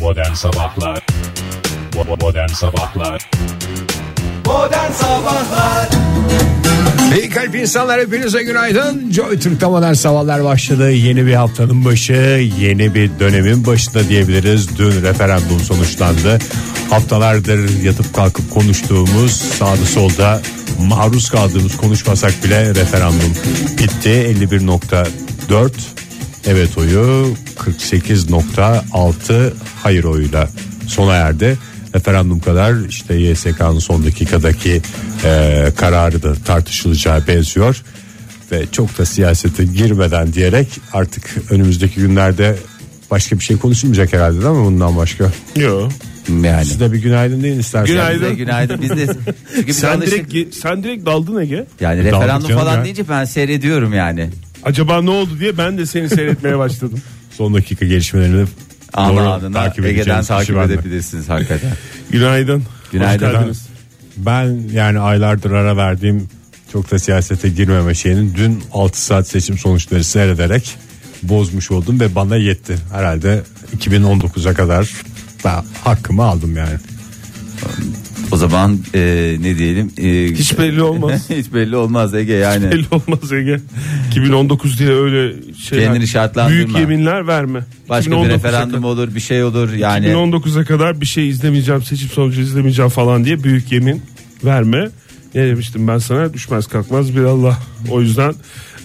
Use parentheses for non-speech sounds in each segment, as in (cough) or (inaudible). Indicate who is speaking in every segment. Speaker 1: Modern Sabahlar Bo- Modern Sabahlar
Speaker 2: Modern Sabahlar
Speaker 3: İyi kalp insanlar hepinize günaydın. Joy Türk'te modern sabahlar başladı. Yeni bir haftanın başı, yeni bir dönemin başında diyebiliriz. Dün referandum sonuçlandı. Haftalardır yatıp kalkıp konuştuğumuz sağda solda maruz kaldığımız konuşmasak bile referandum bitti. 51.4 evet oyu 48.6 hayır oyuyla sona erdi referandum kadar işte YSK'nın son dakikadaki e, kararı da tartışılacağı benziyor ve çok da siyasete girmeden diyerek artık önümüzdeki günlerde başka bir şey konuşulmayacak herhalde değil mi bundan başka?
Speaker 4: Yok.
Speaker 5: Yani.
Speaker 3: Siz de bir günaydın deyin isterseniz.
Speaker 4: Günaydın.
Speaker 5: Günaydın. Günaydın. Biz de
Speaker 4: (laughs)
Speaker 5: çünkü biz
Speaker 4: Sen
Speaker 5: alıştık.
Speaker 4: direkt ge- sen direkt daldın Ege.
Speaker 5: yani
Speaker 3: Daldık
Speaker 5: referandum
Speaker 3: canım
Speaker 5: falan
Speaker 3: ya.
Speaker 5: deyince ben seyrediyorum yani.
Speaker 4: Acaba ne oldu diye ben de seni seyretmeye başladım.
Speaker 5: (laughs)
Speaker 3: Son dakika gelişmelerini
Speaker 5: Ama
Speaker 3: doğru
Speaker 5: adına
Speaker 3: takip
Speaker 5: Ege'den
Speaker 3: edeceğiniz kişi
Speaker 5: takip
Speaker 3: ben de.
Speaker 5: edebilirsiniz hakikaten.
Speaker 4: Günaydın.
Speaker 5: Günaydın.
Speaker 4: Hoş geldiniz.
Speaker 3: Ben yani aylardır ara verdiğim çok da siyasete girmeme şeyinin dün 6 saat seçim sonuçları seyrederek bozmuş oldum ve bana yetti. Herhalde 2019'a kadar ben hakkımı aldım yani.
Speaker 5: O zaman e, ne diyelim? e,
Speaker 4: Hiç belli
Speaker 5: (laughs)
Speaker 4: olmaz.
Speaker 5: Hiç belli olmaz Ege yani.
Speaker 4: Belli olmaz Ege. 2019 diye öyle şeyler.
Speaker 5: Kendini şartlandırma.
Speaker 4: Büyük yeminler verme.
Speaker 5: Başka bir
Speaker 4: 2019'a
Speaker 5: referandum
Speaker 4: kadar-
Speaker 5: olur bir şey olur yani.
Speaker 4: 2019'a kadar bir şey izlemeyeceğim, seçim sonucu izlemeyeceğim falan diye büyük yemin verme. Ne demiştim ben sana? Düşmez kalkmaz bir Allah. O yüzden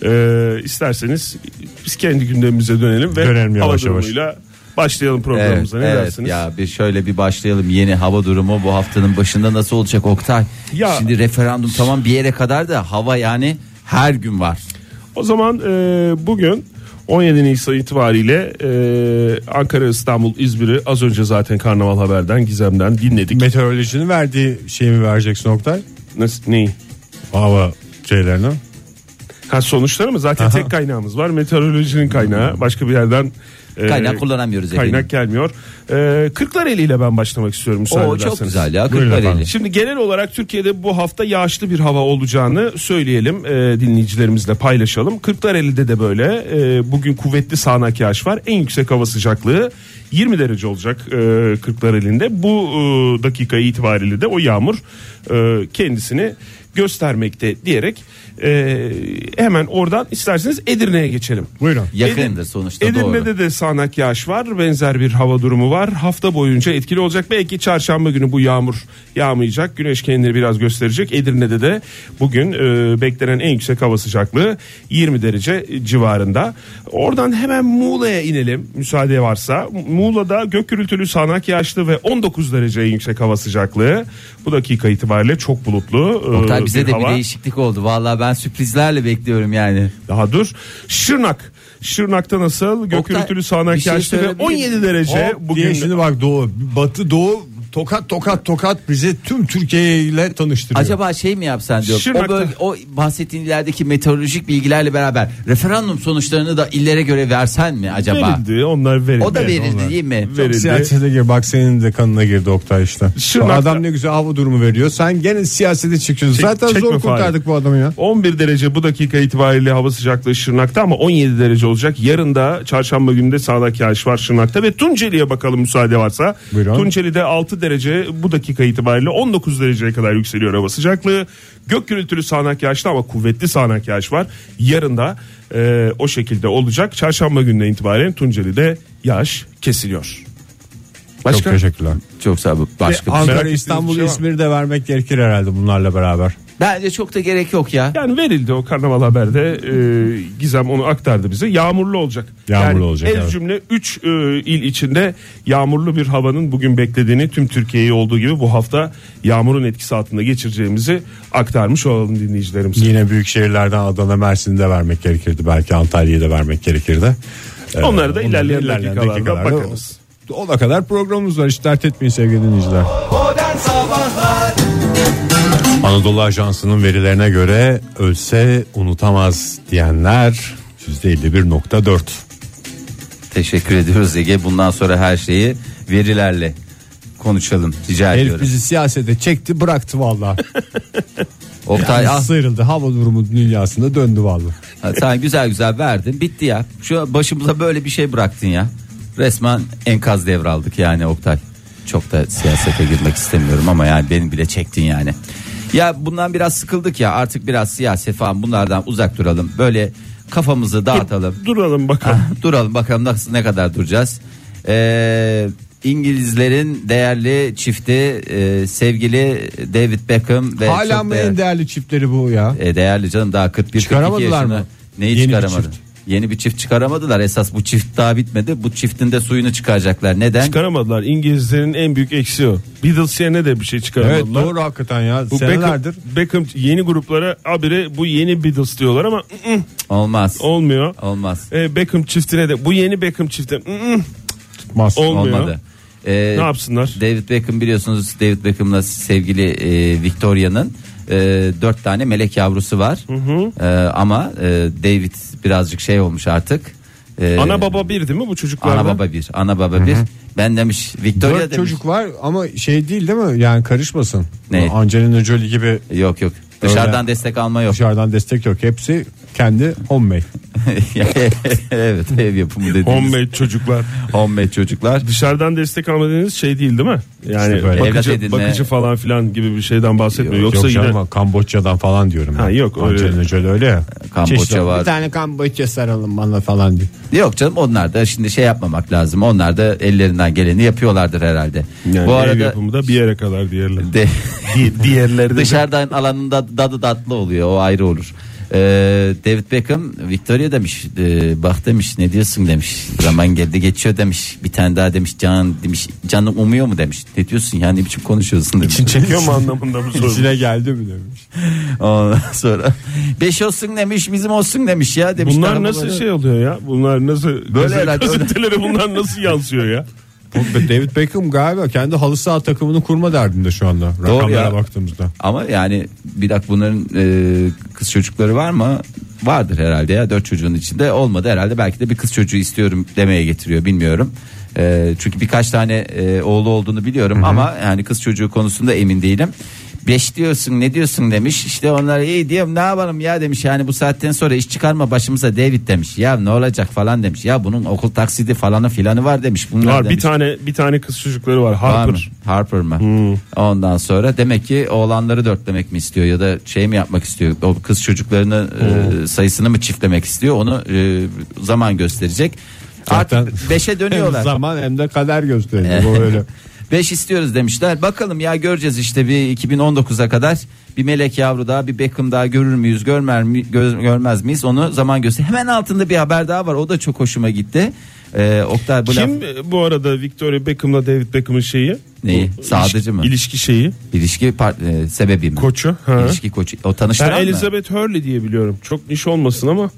Speaker 4: e, isterseniz biz kendi gündemimize dönelim ve
Speaker 3: Dönelim yavaş
Speaker 4: hava
Speaker 3: yavaş.
Speaker 4: durumuyla başlayalım
Speaker 5: Evet,
Speaker 4: programımıza. ne
Speaker 5: evet.
Speaker 4: dersiniz?
Speaker 5: ya bir şöyle bir başlayalım yeni hava durumu bu haftanın başında nasıl olacak Oktay?
Speaker 4: Ya-
Speaker 5: Şimdi referandum tamam bir yere kadar da hava yani her gün var.
Speaker 4: O zaman e, bugün 17 Nisan itibariyle e, Ankara, İstanbul, İzmir'i az önce zaten Karnaval Haber'den Gizem'den dinledik.
Speaker 3: Meteorolojinin verdiği şeyi mi vereceksin Oktay?
Speaker 4: Nasıl, neyi?
Speaker 3: Hava şeylerini.
Speaker 4: Ha, sonuçları mı? Zaten tek kaynağımız var. Meteorolojinin kaynağı. Başka bir yerden e,
Speaker 5: Kaynak kullanamıyoruz efendim.
Speaker 4: Kaynak gelmiyor. E, Kırklareli ile ben başlamak istiyorum müsaade
Speaker 5: O çok
Speaker 4: ederseniz.
Speaker 5: güzel ya
Speaker 3: Buyurun efendim.
Speaker 5: Kırklareli.
Speaker 4: Şimdi genel olarak Türkiye'de bu hafta yağışlı bir hava olacağını söyleyelim e, dinleyicilerimizle paylaşalım. Kırklareli'de de böyle e, bugün kuvvetli sağanak yağış var. En yüksek hava sıcaklığı 20 derece olacak e, Kırklareli'nde. Bu e, dakika itibariyle de o yağmur e, kendisini göstermekte diyerek e, hemen oradan isterseniz Edirne'ye geçelim.
Speaker 3: Buyurun.
Speaker 5: Yakındır sonuçta
Speaker 4: Edirne'de
Speaker 5: doğru.
Speaker 4: de sağanak yağış var. Benzer bir hava durumu var. Hafta boyunca etkili olacak. Belki çarşamba günü bu yağmur yağmayacak. Güneş kendini biraz gösterecek. Edirne'de de bugün e, beklenen en yüksek hava sıcaklığı 20 derece civarında. Oradan hemen Muğla'ya inelim müsaade varsa. Muğla'da gök gürültülü sağanak yağışlı ve 19 derece en yüksek hava sıcaklığı. Bu dakika itibariyle çok bulutlu. e,
Speaker 5: Oktay bize de bir
Speaker 4: hava.
Speaker 5: değişiklik oldu. Vallahi ben sürprizlerle bekliyorum yani.
Speaker 4: Daha dur. Şırnak. Şırnak'ta nasıl? Gök
Speaker 5: Oktay,
Speaker 4: gürültülü sağanak
Speaker 5: bir şey
Speaker 4: yağışlı ve
Speaker 5: söyleyebilir
Speaker 4: 17
Speaker 5: miyim?
Speaker 4: derece
Speaker 3: Hop diye
Speaker 4: Şey, bugün.
Speaker 3: şimdi bak doğu, batı doğu tokat tokat tokat bizi tüm Türkiye ile tanıştırıyor.
Speaker 5: Acaba şey mi yapsan diyorum.
Speaker 4: Şırnak'ta-
Speaker 5: O bölge, o bahsettiğin ilerideki meteorolojik bilgilerle beraber referandum sonuçlarını da illere göre versen mi acaba?
Speaker 4: Verildi onlar verildi.
Speaker 5: O da verildi
Speaker 4: Onlar
Speaker 5: değil mi?
Speaker 4: Verildi.
Speaker 3: Siyasete gir bak senin de kanına girdi Oktay işte.
Speaker 4: Şırnak'ta-
Speaker 3: Adam ne güzel hava durumu veriyor. Sen gene siyasete çıkıyorsun.
Speaker 4: Çek-
Speaker 3: Zaten
Speaker 4: çekme
Speaker 3: zor
Speaker 4: Fahir.
Speaker 3: kurtardık bu adamı ya.
Speaker 4: 11 derece bu dakika itibariyle hava sıcaklığı Şırnak'ta ama 17 derece olacak. Yarın da çarşamba günü de sağanak yağış var Şırnak'ta ve Tunceli'ye bakalım müsaade varsa.
Speaker 3: Buyurun.
Speaker 4: Tunceli'de 6 derece bu dakika itibariyle 19 dereceye kadar yükseliyor hava sıcaklığı. Gök gürültülü sağanak yağışlı ama kuvvetli sağanak yağış var. Yarın da e, o şekilde olacak. Çarşamba gününe itibaren Tunceli'de yağış kesiliyor. Başka?
Speaker 3: Çok teşekkürler.
Speaker 5: Çok sağ ol. Başka bir şey.
Speaker 4: Merak
Speaker 3: Ankara,
Speaker 4: ettiğiniz
Speaker 3: İstanbul,
Speaker 4: bir şey var mı?
Speaker 3: İzmir'i de vermek gerekir herhalde bunlarla beraber.
Speaker 5: Bence çok da gerek yok ya.
Speaker 4: Yani verildi o karnaval haberde e, Gizem onu aktardı bize. Yağmurlu olacak.
Speaker 3: Yağmurlu
Speaker 4: yani
Speaker 3: olacak,
Speaker 4: El
Speaker 3: evet.
Speaker 4: cümle 3 il içinde yağmurlu bir havanın bugün beklediğini tüm Türkiye'yi olduğu gibi bu hafta yağmurun etkisi altında geçireceğimizi aktarmış olalım dinleyicilerimize.
Speaker 3: Yine büyük şehirlerden Adana, Mersin'i de vermek gerekirdi. Belki Antalya'yı da vermek gerekirdi. Ee,
Speaker 4: Onları da ilerleyen dakikalarda
Speaker 3: dakikalarda
Speaker 4: bakarız.
Speaker 3: o- Ona kadar programımız var. Hiç dert etmeyin sevgili dinleyiciler.
Speaker 2: Modern Sabahlar
Speaker 3: Anadolu Ajansı'nın verilerine göre ölse unutamaz diyenler %51.4.
Speaker 5: Teşekkür ediyoruz Ege. Bundan sonra her şeyi verilerle konuşalım rica
Speaker 3: Herif
Speaker 5: ediyorum.
Speaker 3: bizi siyasete çekti bıraktı valla.
Speaker 5: Oktay ah,
Speaker 3: Sıyrıldı hava durumu dünyasında döndü valla.
Speaker 5: sen güzel güzel verdin. Bitti ya. Şu başımıza böyle bir şey bıraktın ya. Resmen enkaz devraldık yani Oktay. Çok da siyasete girmek istemiyorum ama yani beni bile çektin yani. Ya bundan biraz sıkıldık ya artık biraz siyaset falan bunlardan uzak duralım. Böyle kafamızı dağıtalım. (laughs)
Speaker 4: Duralım bakalım.
Speaker 3: Ah,
Speaker 5: Duralım bakalım nasıl ne kadar duracağız. Ee, İngilizlerin değerli çifti e, sevgili David Beckham ve
Speaker 3: Hala
Speaker 5: çok
Speaker 3: mı
Speaker 5: değer-
Speaker 3: en değerli çiftleri bu ya?
Speaker 5: e, değerli canım daha 41 42
Speaker 3: Çıkaramadılar
Speaker 5: yaşında.
Speaker 3: mı?
Speaker 5: Neyi
Speaker 3: Yeni bir
Speaker 5: çıkaramadı?
Speaker 3: çift.
Speaker 5: Yeni bir çift çıkaramadılar. Esas bu çift daha bitmedi. Bu çiftin de suyunu çıkaracaklar. Neden?
Speaker 4: Çıkaramadılar. İngilizlerin en büyük eksiği o. Beatles yerine de bir şey
Speaker 3: Evet
Speaker 4: çıkaramadılar.
Speaker 3: doğru hakikaten ya.
Speaker 4: Bu Beckham,
Speaker 3: Senelerdir.
Speaker 4: Beckham yeni gruplara abire bu yeni Beatles diyorlar ama ı, ı,
Speaker 5: Olmaz.
Speaker 4: olmuyor.
Speaker 5: Olmaz.
Speaker 4: E, Beckham çiftine de bu yeni Beckham çifti ı, ı,
Speaker 3: Mas.
Speaker 4: olmuyor.
Speaker 5: Olmadı. Ee,
Speaker 4: Ne yapsınlar?
Speaker 5: David Beckham biliyorsunuz David Beckham'la sevgili e, Victoria'nın e, dört tane melek yavrusu var. E, ama e, David birazcık şey olmuş artık. E,
Speaker 4: Ana baba bir değil mi bu çocuklarda?
Speaker 5: ana baba bir. Ana baba bir. Ben demiş Victoria
Speaker 3: Dört
Speaker 5: demiş.
Speaker 3: çocuk var ama şey değil değil mi? Yani karışmasın.
Speaker 5: Ne?
Speaker 3: Angelina Jolie gibi
Speaker 5: Yok yok. Dışarıdan destek alma yok.
Speaker 3: dışarıdan destek yok. Hepsi kendi homemade.
Speaker 5: (laughs) evet ev yapımı dediğimiz.
Speaker 4: Homemade çocuklar.
Speaker 5: Homemade çocuklar.
Speaker 4: Dışarıdan destek alma dediğiniz şey değil değil mi? Yani
Speaker 3: İşte böyle.
Speaker 5: Evlat
Speaker 4: bakıcı,
Speaker 5: edinme.
Speaker 4: bakıcı falan filan gibi bir şeyden bahsetmiyor.
Speaker 3: Yoksa
Speaker 4: Yoksa
Speaker 3: yok
Speaker 4: yine
Speaker 3: canım, Kamboçya'dan falan diyorum.
Speaker 4: Ha,
Speaker 3: yani.
Speaker 4: yok, öyle-
Speaker 3: Angelina Jolie öyle ya.
Speaker 5: Kamboçya
Speaker 3: Çeşitli-
Speaker 5: var.
Speaker 3: Bir tane Kamboçya saralım bana falan diyor.
Speaker 5: Yok canım onlar da şimdi şey yapmamak lazım. Onlar da ellerinden geleni yapıyorlardır herhalde.
Speaker 4: yani
Speaker 5: Bu
Speaker 4: ev
Speaker 5: arada
Speaker 4: yapımı da bir yere kadar
Speaker 5: (laughs)
Speaker 4: diğerler.
Speaker 5: de,
Speaker 4: diğerleri de-
Speaker 5: dışarıdan alanında dadı tatlı oluyor. O ayrı olur. Ee, David Beckham Victoria demiş e, bak demiş ne diyorsun demiş zaman geldi geçiyor demiş bir tane daha demiş can demiş canım umuyor mu demiş ne diyorsun yani ne biçim konuşuyorsun demiş.
Speaker 4: çekiyor mu anlamında bu soru?
Speaker 3: İçine geldi mi demiş.
Speaker 5: Ondan sonra beş olsun demiş bizim olsun demiş ya demiş.
Speaker 4: Bunlar
Speaker 5: Taramaları-
Speaker 4: nasıl şey oluyor ya? Bunlar nasıl
Speaker 5: Böyle
Speaker 4: gazete-
Speaker 5: herhalde, öyle.
Speaker 4: gazetelere bunlar nasıl yansıyor ya?
Speaker 3: David Beckham galiba kendi halı saha takımını kurma derdinde şu anda.
Speaker 5: Doğru
Speaker 3: Rakamlara
Speaker 5: ya.
Speaker 3: baktığımızda.
Speaker 5: Ama yani bir dakika bunların e, kız çocukları var mı? Vardır herhalde ya dört çocuğun içinde olmadı herhalde belki de bir kız çocuğu istiyorum demeye getiriyor bilmiyorum. E, çünkü birkaç tane e, oğlu olduğunu biliyorum ama yani kız çocuğu konusunda emin değilim. Beş diyorsun ne diyorsun demiş işte onlar iyi diyorum ne yapalım ya demiş yani bu saatten sonra iş çıkarma başımıza David demiş ya ne olacak falan demiş ya bunun okul taksidi falanı filanı var demiş bunlar
Speaker 4: Var bir
Speaker 5: demiş.
Speaker 4: tane bir tane kız çocukları var.
Speaker 5: Var mı?
Speaker 4: Harper. Hmm.
Speaker 5: Harper mı? Ondan sonra demek ki oğlanları dörtlemek mi istiyor ya da şey mi yapmak istiyor? O kız çocuklarını e,
Speaker 4: Hmm.
Speaker 5: sayısını mı çiftlemek istiyor? Onu e, zaman gösterecek.
Speaker 3: Zaten-
Speaker 5: Artık
Speaker 4: (laughs)
Speaker 5: 5'e
Speaker 3: Hem
Speaker 5: dönüyorlar.
Speaker 3: zaman hem de kader gösteriyor. Bu öyle.
Speaker 5: 5 istiyoruz demişler. Bakalım ya göreceğiz işte bir 2019'a kadar bir melek yavru daha bir Beckham daha görür müyüz görmer mi, gö- görmez miyiz onu zaman göster. Hemen altında bir haber daha var o da çok hoşuma gitti. Ee, Oktay bu laf-
Speaker 4: Kim e, bu arada Victoria Beckham'la David Beckham'ın şeyi?
Speaker 5: Neyi?
Speaker 4: Bu
Speaker 5: Sadece
Speaker 4: ilişki-
Speaker 5: mi?
Speaker 4: İlişki şeyi.
Speaker 5: ilişki part- e, sebebi mi?
Speaker 4: Koçu. Ha.
Speaker 5: İlişki koçu. O
Speaker 4: Ben
Speaker 5: tanıştıran mı?
Speaker 4: Elizabeth Hurley diye biliyorum. Çok niş olmasın ama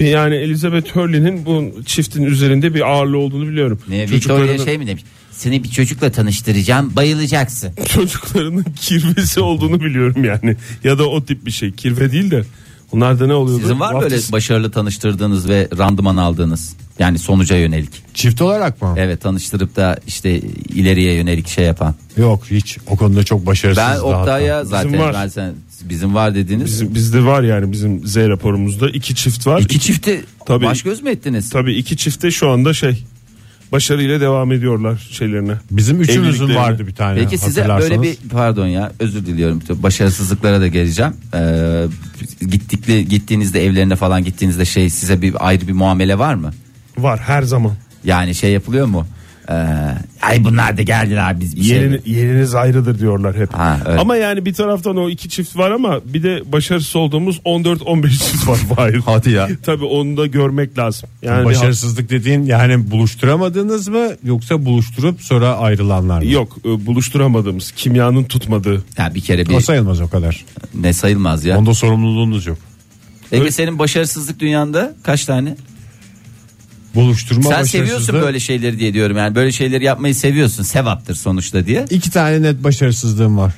Speaker 4: bir yani Elizabeth Hurley'nin bu çiftin üzerinde bir ağırlığı olduğunu biliyorum.
Speaker 5: Ne, Victoria
Speaker 4: Çocuklarının-
Speaker 5: şey mi demiş? Seni bir çocukla tanıştıracağım bayılacaksın.
Speaker 4: (laughs) çocuklarının kirvesi olduğunu biliyorum yani. Ya da o tip bir şey. Kirve değil de. Onlar da ne oluyordu?
Speaker 5: Sizin var mı böyle
Speaker 4: Vaftiz-
Speaker 5: başarılı tanıştırdığınız ve randıman aldığınız? Yani sonuca yönelik.
Speaker 3: Çift olarak mı?
Speaker 5: Evet tanıştırıp da işte ileriye yönelik şey yapan.
Speaker 3: Yok hiç. O konuda çok başarısız.
Speaker 5: Ben Oktay'a zaten
Speaker 4: Bizim var.
Speaker 5: ben sen, bizim var dediğiniz.
Speaker 4: Bizim, bizde var yani bizim Z raporumuzda iki çift var.
Speaker 5: İki çifti
Speaker 4: Tabii.
Speaker 5: baş göz mü ettiniz?
Speaker 4: Tabii iki çifte şu anda şey başarıyla devam ediyorlar şeylerine.
Speaker 3: Bizim üçümüzün
Speaker 4: Evliliklerini.
Speaker 3: vardı bir tane.
Speaker 5: Peki size
Speaker 3: hatırlarsanız.
Speaker 5: böyle
Speaker 3: (laughs)
Speaker 5: bir pardon ya özür diliyorum başarısızlıklara da geleceğim. Ee, gittikli gittiğinizde evlerine falan gittiğinizde şey size bir ayrı bir muamele var mı?
Speaker 4: Var her zaman.
Speaker 5: Yani şey yapılıyor mu? Ee, ay bunlar da geldiler biz bir şey-
Speaker 4: Yerini- yeriniz ayrıdır diyorlar hep.
Speaker 5: Ha, evet.
Speaker 4: Ama yani bir taraftan o iki çift var ama bir de başarısız olduğumuz 14-15 çift var. (laughs) Hayır.
Speaker 5: Hadi ya.
Speaker 4: Tabii onu da görmek lazım. Yani bir-
Speaker 3: Başarısızlık dediğin yani buluşturamadınız mı yoksa buluşturup sonra ayrılanlar mı?
Speaker 4: Yok e, buluşturamadığımız kimyanın tutmadığı
Speaker 5: Ya bir kere
Speaker 3: O
Speaker 5: bir
Speaker 3: sayılmaz o kadar.
Speaker 5: ne sayılmaz ya.
Speaker 3: Onda sorumluluğunuz yok.
Speaker 5: Ege senin başarısızlık dünyanda kaç tane?
Speaker 3: Buluşturma
Speaker 5: Sen
Speaker 3: başarısızlığı.
Speaker 5: seviyorsun böyle şeyleri diye diyorum. Yani böyle şeyleri yapmayı seviyorsun. Sevaptır sonuçta diye.
Speaker 3: İki tane net başarısızlığım var.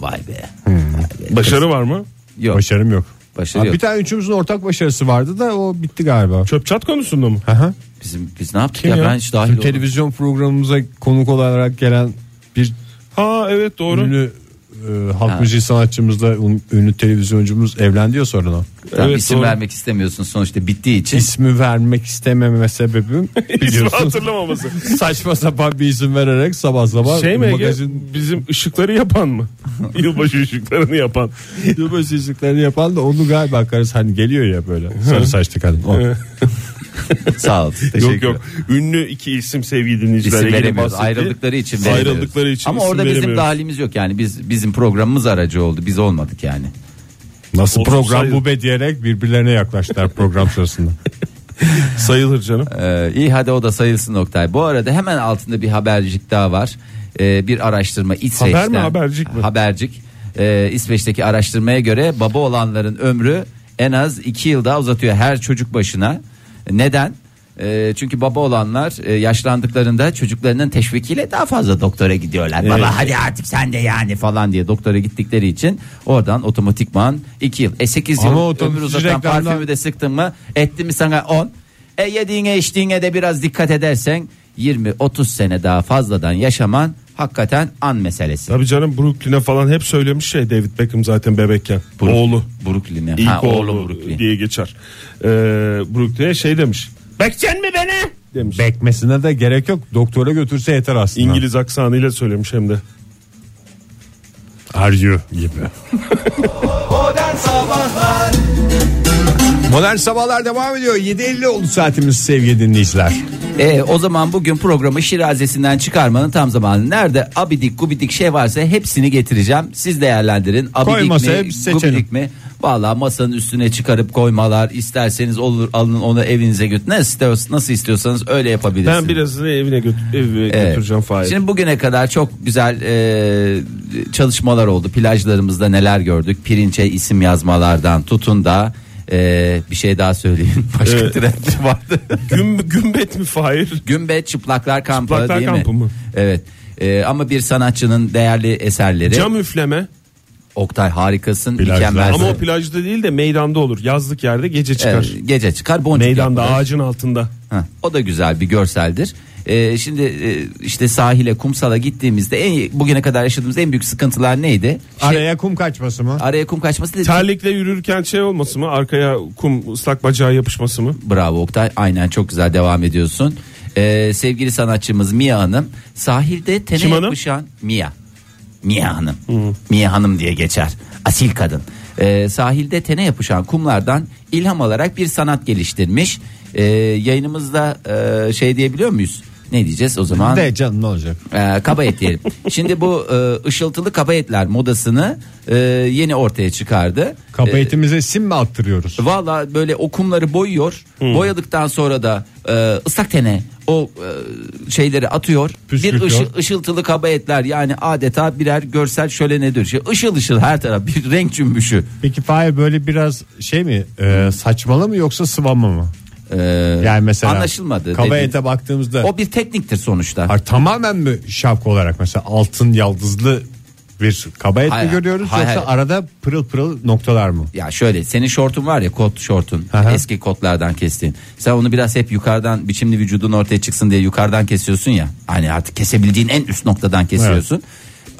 Speaker 5: Vay be.
Speaker 4: Hmm. başarı var mı?
Speaker 5: Yok.
Speaker 3: Başarım yok.
Speaker 5: Başarı
Speaker 3: Ha,
Speaker 5: Şey yok.
Speaker 3: Bir tane üçümüzün ortak başarısı vardı da o bitti galiba.
Speaker 4: Çöp çat konusunda mı?
Speaker 3: Aha.
Speaker 5: Bizim biz ne yaptık
Speaker 4: Kim
Speaker 5: ya?
Speaker 4: ya?
Speaker 5: Ben hiç dahil
Speaker 3: Şimdi
Speaker 5: oldum.
Speaker 3: televizyon programımıza konuk olarak gelen bir
Speaker 4: Ha evet doğru.
Speaker 3: ünlü e, halk müziği sanatçımızla un- ünlü televizyoncumuz evlendi diyor sonradan.
Speaker 5: Tamam,
Speaker 4: Evet,
Speaker 5: isim
Speaker 4: doğru.
Speaker 5: vermek istemiyorsun sonuçta bittiği için.
Speaker 3: İsmi vermek istememe sebebim
Speaker 4: (laughs) (laughs) İsmi
Speaker 3: biliyorsun.
Speaker 5: (laughs)
Speaker 4: hatırlamaması.
Speaker 3: Saçma sapan bir isim vererek sabah sabah
Speaker 4: Şey mi Ege?
Speaker 3: magazin
Speaker 4: Bizim ışıkları
Speaker 5: (laughs)
Speaker 4: yapan mı? Yılbaşı ışıklarını yapan.
Speaker 3: yılbaşı ışıklarını yapan da onu galiba karısı hani geliyor ya böyle sarı saçlı kadın. O.
Speaker 5: Sağ ol.
Speaker 4: yok
Speaker 5: Teşekkür
Speaker 4: yok. Ünlü iki isim sevgili dinleyiciler.
Speaker 5: İsim
Speaker 4: Ege'nin
Speaker 5: veremiyoruz.
Speaker 4: bahsettiği-
Speaker 5: Ayrıldıkları için veremiyoruz.
Speaker 4: Ayrıldıkları için
Speaker 5: Ama
Speaker 4: isim
Speaker 5: orada bizim
Speaker 4: veremiyoruz.
Speaker 5: dahalimiz yok yani. Biz bizim programımız aracı oldu. Biz olmadık yani.
Speaker 3: Nasıl
Speaker 4: Olsun
Speaker 3: program
Speaker 4: sayın.
Speaker 3: bu be diyerek birbirlerine yaklaştılar program sırasında.
Speaker 4: sayılır canım.
Speaker 5: Ee, iyi hadi o da sayılsın Oktay. Bu arada hemen altında bir habercik daha var. Ee, bir araştırma İsveç'ten.
Speaker 4: Haber mi, habercik mi?
Speaker 5: Habercik. Ee, İsveç'teki araştırmaya göre baba olanların ömrü en az 2 yıl daha uzatıyor her çocuk başına. Neden? Ee, çünkü baba olanlar e, yaşlandıklarında çocuklarının teşvikiyle daha fazla doktora gidiyorlar. Baba hadi artık sen de yani falan diye doktora gittikleri için oradan otomatikman 2 yıl. E 8
Speaker 3: Ama
Speaker 5: yıl
Speaker 3: otomatik
Speaker 5: ömür uzatan
Speaker 3: reklamdan-
Speaker 5: parfümü de sıktın mı etti mi sana 10. E yediğine içtiğine de biraz dikkat edersen 20-30 sene daha fazladan yaşaman hakikaten an meselesi.
Speaker 4: Tabii canım Brooklyn'e falan hep söylemiş şey David Beckham zaten bebekken.
Speaker 5: Brook-
Speaker 4: Oğlu.
Speaker 5: Brooklyn'e.
Speaker 4: İlk
Speaker 5: Ha,
Speaker 4: oğlu,
Speaker 5: oğlu Brooklyn.
Speaker 4: diye geçer. Ee, Brooklyn'e şey demiş. Bekçen mi beni? Demiş.
Speaker 3: Bekmesine de gerek yok. Doktora götürse yeter aslında.
Speaker 4: İngiliz aksanıyla söylemiş hem de.
Speaker 3: Are you gibi.
Speaker 2: Modern Sabahlar
Speaker 3: Modern sabahlar devam ediyor. 7.50 oldu saatimiz sevgili dinleyiciler.
Speaker 5: E, o zaman bugün programı şirazesinden çıkarmanın tam zamanı. Nerede abidik gubidik şey varsa hepsini getireceğim. Siz değerlendirin. Abidik
Speaker 3: Koy masaya,
Speaker 5: mi
Speaker 3: biz seçelim.
Speaker 5: gubidik mi? Valla masanın üstüne çıkarıp koymalar isterseniz olur alın onu evinize götürün. Nasıl, istiyorsanız- nasıl istiyorsanız öyle yapabilirsiniz.
Speaker 4: Ben birazını evine götür, eve
Speaker 5: Evet.
Speaker 4: götüreceğim Fahir.
Speaker 5: Şimdi bugüne kadar çok güzel e, çalışmalar oldu. Plajlarımızda neler gördük? Pirinçe isim yazmalardan tutun da e, bir şey daha söyleyin. (laughs) Başka
Speaker 4: Evet.
Speaker 5: trend vardı.
Speaker 4: Güm, gümbet mi Fahir?
Speaker 5: Gümbe Çıplaklar Kampı
Speaker 4: Çıplaklar
Speaker 5: değil
Speaker 4: Kampı
Speaker 5: mi?
Speaker 4: mı?
Speaker 5: Evet. E, ama bir sanatçının değerli eserleri.
Speaker 4: Cam üfleme.
Speaker 5: Oktay harikasın.
Speaker 3: Plajlar.
Speaker 5: Mükemmel.
Speaker 4: Ama o plajda değil de meydanda olur. Yazlık yerde gece çıkar.
Speaker 5: Evet, gece çıkar boncuk
Speaker 4: Meydanda
Speaker 5: yapılır.
Speaker 4: ağacın altında.
Speaker 5: Heh, o da güzel bir görseldir. Ee, şimdi e, işte sahile kumsala gittiğimizde en bugüne kadar yaşadığımız en büyük sıkıntılar neydi? Şey-
Speaker 3: Araya kum kaçması mı?
Speaker 5: araya kum kaçması değil.
Speaker 4: Terlikle yürürken şey olması mı? Arkaya kum ıslak bacağı yapışması mı?
Speaker 5: Bravo Oktay aynen çok güzel devam ediyorsun. Ee, sevgili sanatçımız Mia Hanım sahilde
Speaker 4: Kim
Speaker 5: tene
Speaker 4: hanım?
Speaker 5: yapışan Mia. Mia Hanım. Mia Hanım diye geçer. Asil kadın. Ee, sahilde tene yapışan kumlardan ilham alarak bir sanat geliştirmiş. Ee, yayınımızda e, şey diyebiliyor muyuz? Ne diyeceğiz o zaman?
Speaker 3: De canım ne olacak?
Speaker 5: Ee, kaba et
Speaker 4: (laughs)
Speaker 5: diyelim. Şimdi bu e, ışıltılı kaba etler modasını e, yeni ortaya çıkardı.
Speaker 3: Kaba
Speaker 5: Ee,
Speaker 3: etimize sim mi attırıyoruz?
Speaker 5: Valla böyle okumları boyuyor.
Speaker 3: Hmm.
Speaker 5: Boyadıktan sonra da e, ıslak tene o e, şeyleri atıyor.
Speaker 3: Püskürtüyor.
Speaker 5: Bir ışı- ışıltılı kaba etler yani adeta birer görsel şölenedir. Şey, ışıl ışıl her taraf bir renk cümbüşü.
Speaker 3: Peki Fahir böyle biraz şey mi e, saçmalı mı yoksa sıvama mı?
Speaker 5: E,
Speaker 3: Yani mesela
Speaker 5: anlaşılmadı.
Speaker 3: Kaba
Speaker 5: dediğin-
Speaker 3: ete baktığımızda
Speaker 5: O bir tekniktir sonuçta.
Speaker 3: Hayır, tamamen mi şapka olarak mesela altın yaldızlı bir kaba et
Speaker 5: Hayır,
Speaker 3: mi görüyoruz
Speaker 5: hayır,
Speaker 3: yoksa
Speaker 5: hayır.
Speaker 3: arada pırıl pırıl noktalar mı?
Speaker 5: Ya şöyle senin şortun var ya kot şortun
Speaker 3: Aha.
Speaker 5: eski kotlardan kestiğin. Sen onu biraz hep yukarıdan biçimli vücudun ortaya çıksın diye yukarıdan kesiyorsun ya. Hani artık kesebildiğin en üst noktadan kesiyorsun.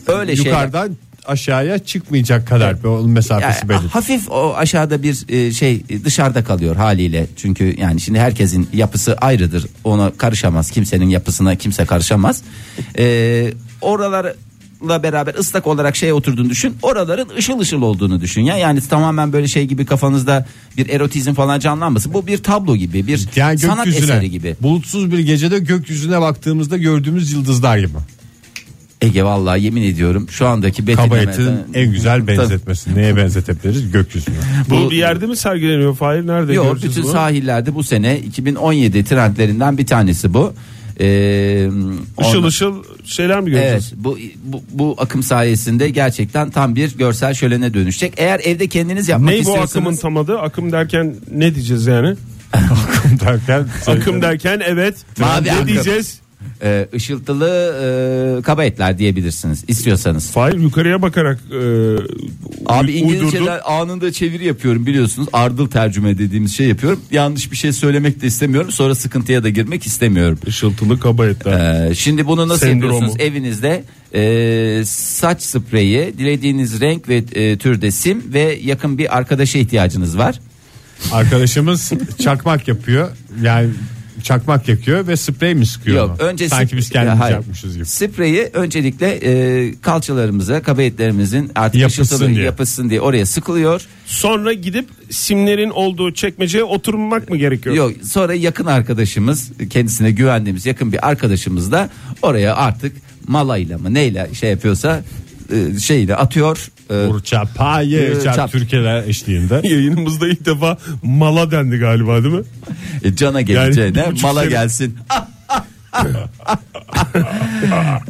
Speaker 5: Öyle şey.
Speaker 3: Yukarıdan aşağıya çıkmayacak kadar bir onun mesafesi
Speaker 5: Ya,
Speaker 3: belli.
Speaker 5: hafif o aşağıda bir e, şey e, dışarıda kalıyor haliyle. Çünkü yani şimdi herkesin yapısı ayrıdır. Ona karışamaz. Kimsenin yapısına kimse karışamaz. E, oralarla beraber ıslak olarak şey oturduğunu düşün. Oraların ışıl ışıl olduğunu düşün. Ya yani tamamen böyle şey gibi kafanızda bir erotizm falan canlanmasın. Bu bir tablo gibi, bir
Speaker 3: Yani
Speaker 5: sanat
Speaker 3: gökyüzüne
Speaker 5: eseri gibi.
Speaker 3: bulutsuz bir gecede gökyüzüne baktığımızda gördüğümüz yıldızlar gibi.
Speaker 5: Ege vallahi yemin ediyorum şu andaki
Speaker 3: Kaba
Speaker 5: betimlemeden-
Speaker 3: etin en güzel benzetmesi. Neye benzetebiliriz?
Speaker 5: (laughs)
Speaker 3: Gökyüzüne.
Speaker 4: Bu,
Speaker 5: Bu-
Speaker 4: bir yerde mi sergileniyor Fahir? Nerede
Speaker 5: Yok
Speaker 4: göreceğiz
Speaker 5: bütün
Speaker 4: bunu?
Speaker 5: sahillerde bu sene 2017 trendlerinden bir tanesi bu. Ee,
Speaker 4: Işıl
Speaker 5: ondan-
Speaker 4: ışıl şeyler mi
Speaker 5: Evet
Speaker 4: göreceğiz?
Speaker 5: bu, bu bu akım sayesinde gerçekten tam bir görsel şölene dönüşecek. Eğer evde kendiniz yapmak
Speaker 4: Ney bu
Speaker 5: istiyorsanız
Speaker 4: akımın tam adı? Akım derken ne diyeceğiz yani?
Speaker 3: Akım derken şey-
Speaker 4: Akım derken evet.
Speaker 5: Mavi
Speaker 4: ne
Speaker 5: akım.
Speaker 4: diyeceğiz?
Speaker 5: e, ışıltılı e, kaba etler diyebilirsiniz istiyorsanız.
Speaker 4: Fahir yukarıya bakarak e,
Speaker 5: Abi
Speaker 4: uy- uydurdu.
Speaker 5: İngilizceden anında çeviri yapıyorum biliyorsunuz. Ardıl tercüme dediğimiz şey yapıyorum. Yanlış bir şey söylemek de istemiyorum. Sonra sıkıntıya da girmek istemiyorum.
Speaker 4: Işıltılı kaba etler.
Speaker 5: Ee, şimdi bunu nasıl
Speaker 4: Sendromu.
Speaker 5: yapıyorsunuz? Evinizde e, saç spreyi, dilediğiniz renk ve e, türde sim ve yakın bir arkadaşa ihtiyacınız var.
Speaker 3: Arkadaşımız çakmak yapıyor. Yani çakmak yakıyor ve sprey mi sıkıyor?
Speaker 5: Yok,
Speaker 3: ona?
Speaker 5: önce
Speaker 3: Sanki
Speaker 5: sp-
Speaker 3: biz kendimiz
Speaker 5: Ya, hayır.
Speaker 3: yapmışız gibi.
Speaker 5: Spreyi öncelikle e, kalçalarımıza, kabahatlerimizin artık
Speaker 3: Yapışsın
Speaker 5: ışıltılı
Speaker 3: diye.
Speaker 5: yapışsın diye oraya sıkılıyor.
Speaker 4: Sonra gidip simlerin olduğu çekmeceye oturmak mı gerekiyor?
Speaker 5: Yok sonra yakın arkadaşımız kendisine güvendiğimiz yakın bir arkadaşımız da oraya artık malayla mı neyle şey yapıyorsa e, şeyle atıyor. E,
Speaker 3: Burça paye
Speaker 5: Ee,
Speaker 3: çarp,
Speaker 5: çarp.
Speaker 3: Türkiye'ler
Speaker 5: (laughs)
Speaker 3: eşliğinde.
Speaker 4: Yayınımızda ilk defa mala dendi galiba değil mi?
Speaker 5: E, cana geleceğine
Speaker 4: bir buçuk
Speaker 5: mala
Speaker 4: sene- (laughs)
Speaker 5: gelsin.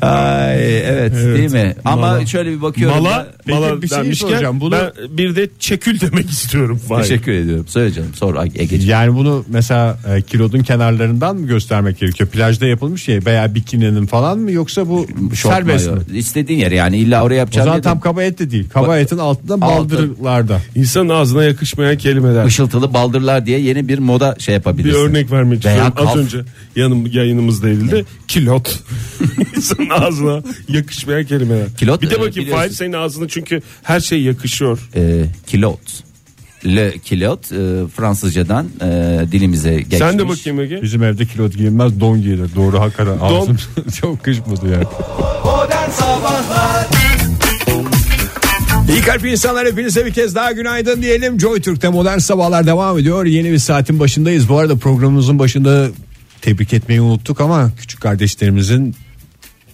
Speaker 5: Ay evet, değil mi? Ama şöyle bir bakıyorum.
Speaker 4: Mala,
Speaker 5: da-
Speaker 3: Peki
Speaker 4: mala
Speaker 3: bir şey
Speaker 4: denmişken
Speaker 3: soracağım. Bunu-
Speaker 4: ben bir de çekül demek istiyorum. Fahir.
Speaker 5: Teşekkür ediyorum. Söyle canım sor Ay, Ege'ciğim.
Speaker 3: Yani bunu mesela e, kilodun kenarlarından mı göstermek gerekiyor? Plajda yapılmış ya veya bikininin falan mı yoksa bu
Speaker 5: Şort
Speaker 3: serbest mi?
Speaker 5: mayo. İstediğin yer yani illa oraya
Speaker 3: O
Speaker 5: yapacağım.
Speaker 3: zaman tam kaba et de değil. Kaba
Speaker 5: Bak-
Speaker 3: etin altında
Speaker 5: Altı.
Speaker 3: baldırlarda.
Speaker 4: İnsanın ağzına yakışmayan kelimeler.
Speaker 5: Işıltılı baldırlar diye yeni bir moda şey
Speaker 4: bir
Speaker 5: yapabilirsin.
Speaker 4: örnek vermek
Speaker 5: Veya
Speaker 4: istiyorum. Az
Speaker 5: kalf.
Speaker 4: önce yanım, yayınımızda edildi. Kilot. (laughs) İnsanın ağzına yakışmayan kelimeler.
Speaker 5: Kilot,
Speaker 4: bir de
Speaker 5: e,
Speaker 4: bakayım
Speaker 5: biliyorsun.
Speaker 4: Fahir senin ağzına çünkü her şey yakışıyor.
Speaker 5: e, kilot. Le kilot e, Fransızcadan e, dilimize geçmiş.
Speaker 4: Sen de bakayım Ege.
Speaker 3: Bizim evde kilot giyilmez don giyilir. Doğru hakikaten ağzım (laughs) çok kışmadı yani.
Speaker 2: Modern Sabahlar
Speaker 3: İyi kalp insanlar hepinize bir kez daha günaydın diyelim. Joy Türk'te modern sabahlar devam ediyor. Yeni bir saatin başındayız. Bu arada programımızın başında tebrik etmeyi unuttuk ama küçük kardeşlerimizin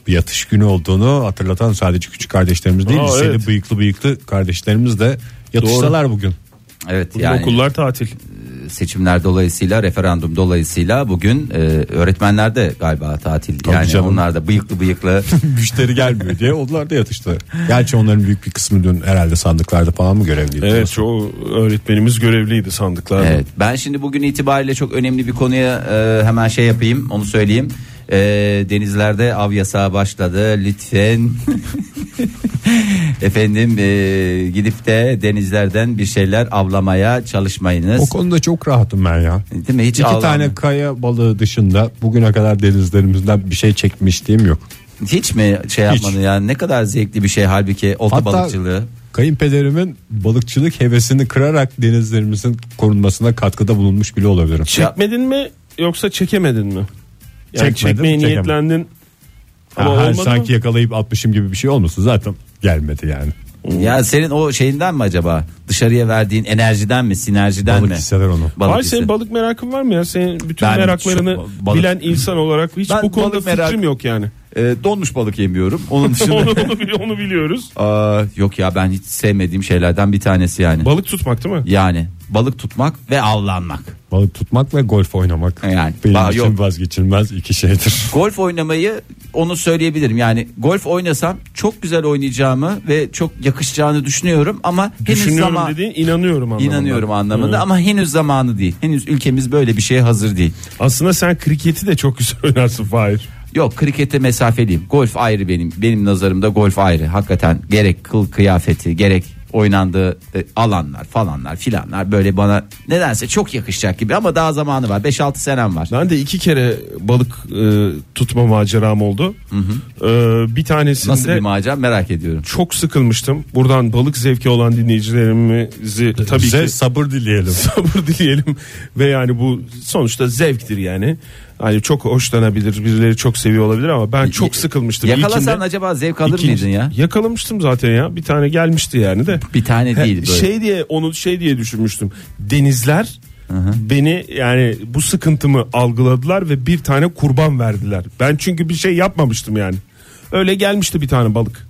Speaker 3: bir yatış günü olduğunu hatırlatan sadece küçük kardeşlerimiz değil.
Speaker 4: Aa,
Speaker 3: liseli
Speaker 4: evet.
Speaker 3: bıyıklı bıyıklı kardeşlerimiz de yatıştalar
Speaker 4: (laughs)
Speaker 3: bugün.
Speaker 5: Evet
Speaker 4: Bugün
Speaker 5: yani
Speaker 4: okullar tatil.
Speaker 5: seçimler dolayısıyla referandum dolayısıyla bugün e, öğretmenler de galiba tatil. yani
Speaker 3: canım.
Speaker 5: onlar da
Speaker 3: (laughs)
Speaker 5: bıyıklı bıyıklı.
Speaker 3: Müşteri gelmiyor diye onlar da yatıştılar. Gerçi onların büyük bir kısmı dün herhalde sandıklarda falan mı görevliydi?
Speaker 4: Evet çoğu öğretmenimiz görevliydi sandıklarda.
Speaker 5: evet. Ben şimdi bugün itibariyle çok önemli bir konuya e, hemen şey yapayım onu söyleyeyim. E, denizlerde av yasağı başladı lütfen (laughs) efendim e, gidip de denizlerden bir şeyler avlamaya çalışmayınız.
Speaker 3: O konuda çok rahatım ben ya.
Speaker 5: Değil mi? Hiç
Speaker 3: İki
Speaker 5: avlanma-
Speaker 3: tane kaya balığı dışında bugüne kadar denizlerimizden bir şey çekmişliğim yok.
Speaker 5: Hiç mi şey
Speaker 3: Hiç.
Speaker 5: yapmadı yani ne kadar zevkli bir şey halbuki olta
Speaker 3: Hatta
Speaker 5: balıkçılığı.
Speaker 3: kayınpederimin balıkçılık hevesini kırarak denizlerimizin korunmasına katkıda bulunmuş bile olabilirim.
Speaker 4: Çekmedin mi yoksa çekemedin mi? Yani
Speaker 3: Çekmedim,
Speaker 4: çekmeye
Speaker 3: çekemedim.
Speaker 4: niyetlendin.
Speaker 3: Ha,
Speaker 4: Ama
Speaker 3: ha,
Speaker 4: olmadı
Speaker 3: sanki
Speaker 4: mı?
Speaker 3: yakalayıp atmışım gibi bir şey olmasın zaten gelmedi yani.
Speaker 5: Ya senin o şeyinden mi acaba? Dışarıya verdiğin enerjiden mi, sinerjiden
Speaker 3: Balık
Speaker 5: mi?
Speaker 3: hisseder onu.
Speaker 5: Balık
Speaker 4: Hayır
Speaker 5: hissi.
Speaker 4: senin balık merakın var mı ya? Senin bütün
Speaker 5: Ben
Speaker 4: meraklarını
Speaker 5: çok balık-
Speaker 4: bilen insan olarak hiç
Speaker 5: Ben
Speaker 4: bu konuda
Speaker 5: balık merak-
Speaker 4: fikrim
Speaker 5: (laughs)
Speaker 4: yok yani.
Speaker 5: Ee, donmuş balık yemiyorum. Onun
Speaker 4: onu, (laughs)
Speaker 5: dışında
Speaker 4: onu, bili- onu biliyoruz.
Speaker 5: Aa, yok ya ben hiç sevmediğim şeylerden bir tanesi yani.
Speaker 4: Balık tutmak değil mi?
Speaker 5: yani balık tutmak ve avlanmak.
Speaker 3: Balık tutmak ve golf oynamak
Speaker 5: Yani,
Speaker 3: benim
Speaker 5: ba-
Speaker 3: için
Speaker 5: yok.
Speaker 3: vazgeçilmez iki şeydir.
Speaker 5: Golf oynamayı onu söyleyebilirim. Yani golf oynasam çok güzel oynayacağımı ve çok yakışacağını düşünüyorum ama henüz
Speaker 4: Düşünüyorum
Speaker 5: zaman
Speaker 4: dediğin inanıyorum anlamında.
Speaker 5: inanıyorum anlamında
Speaker 4: Evet.
Speaker 5: ama henüz zamanı değil. Henüz ülkemiz böyle bir şeye hazır değil.
Speaker 4: Aslında sen kriketi de çok güzel oynarsın Fahir.
Speaker 5: Yok krikete mesafeliyim. Golf ayrı benim. Benim nazarımda golf ayrı. Hakikaten gerek kıl kıyafeti gerek oynandığı e, alanlar falanlar filanlar böyle bana nedense çok yakışacak gibi ama daha zamanı var. 5-6 senem var.
Speaker 4: Ben de iki kere balık e, tutma maceram oldu. E, bir tanesinde
Speaker 5: Nasıl bir macera merak ediyorum.
Speaker 4: çok sıkılmıştım. Buradan balık zevki olan dinleyicilerimizi (laughs) tabii
Speaker 3: Bize
Speaker 4: ki (laughs)
Speaker 3: sabır dileyelim.
Speaker 4: sabır dileyelim ve yani bu sonuçta zevktir yani. Hani çok hoşlanabilir, birileri çok seviyor olabilir ama ben çok sıkılmıştım.
Speaker 5: Yakalasan
Speaker 4: İlkinde-
Speaker 5: acaba zevk alır
Speaker 4: İkinci-
Speaker 5: mıydın ya?
Speaker 4: Yakalamıştım zaten ya. Bir tane gelmişti
Speaker 5: (laughs)
Speaker 4: yani de.
Speaker 5: Bir tane değil böyle.
Speaker 4: Şey diye onu şey diye düşünmüştüm. Denizler beni yani bu sıkıntımı algıladılar ve bir tane kurban verdiler. Ben çünkü bir şey yapmamıştım yani. Öyle gelmişti bir tane balık.